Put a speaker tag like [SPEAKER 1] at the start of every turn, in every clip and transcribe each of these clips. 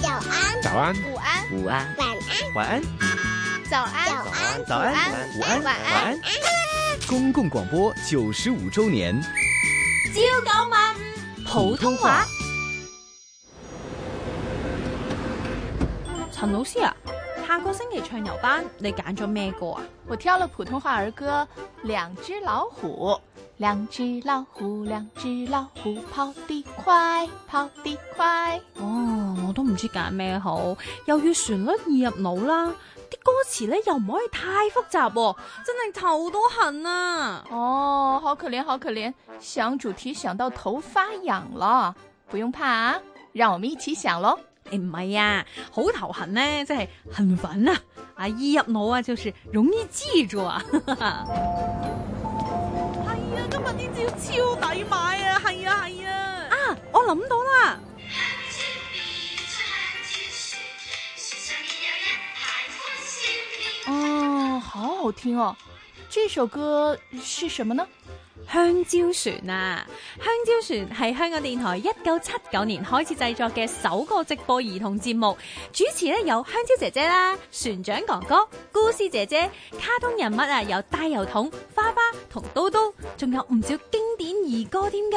[SPEAKER 1] 早安，
[SPEAKER 2] 午安，
[SPEAKER 3] 午安，
[SPEAKER 4] 晚安，
[SPEAKER 3] 晚安，
[SPEAKER 2] 早安，
[SPEAKER 4] 早安
[SPEAKER 3] 早安，午安，
[SPEAKER 2] 晚安
[SPEAKER 3] 晚安。公共广播九十五周年，
[SPEAKER 2] 朝九晚五普通话。
[SPEAKER 5] 陈老師啊，下個星期唱遊班你揀咗咩歌啊？
[SPEAKER 2] 我挑了普通话儿歌《两只老虎》。两只老虎，两只老虎，跑得快，跑得快。
[SPEAKER 5] 哦，我都唔知揀咩好，又要旋律易入腦啦，啲歌詞咧又唔可以太複雜喎、真係頭都痕啊！
[SPEAKER 2] 哦，好可怜，好可怜，想主题想到头发痒了。不用怕啊，让我们一起想喽。
[SPEAKER 5] 誒唔係啊，好頭痕呢，即係很煩啊！啊，易入腦啊，就是容易記住啊。 係啊，今日啲招超抵買啊！係啊，係啊。啊，我諗到啦。
[SPEAKER 2] 哦，好好听哦。这首歌是什么呢？
[SPEAKER 5] 香蕉船啊！香蕉船係香港電台一九七九年開始製作嘅首個直播兒童節目，主持咧有香蕉姐姐啦、船長哥哥、故事姐姐、卡通人物啊，有大油桶、花花同刀刀，仲有唔少經典兒歌添㗎。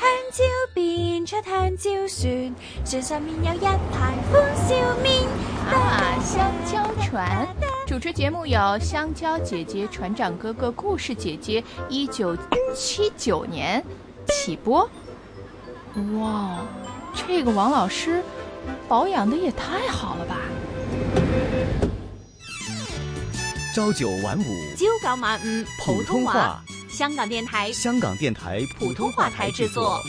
[SPEAKER 5] 香蕉變出香蕉船，船上面有一排歡笑面。
[SPEAKER 2] 啊，香蕉船。主持节目有香蕉姐姐、船长哥哥、故事姐姐。一九七九年起播。哇，这个王老师保养的也太好了吧！
[SPEAKER 3] 朝九晚五，
[SPEAKER 5] 朝九晚五，
[SPEAKER 3] 普通话，
[SPEAKER 5] 香港電台
[SPEAKER 3] 哎香港电台普通话台制作。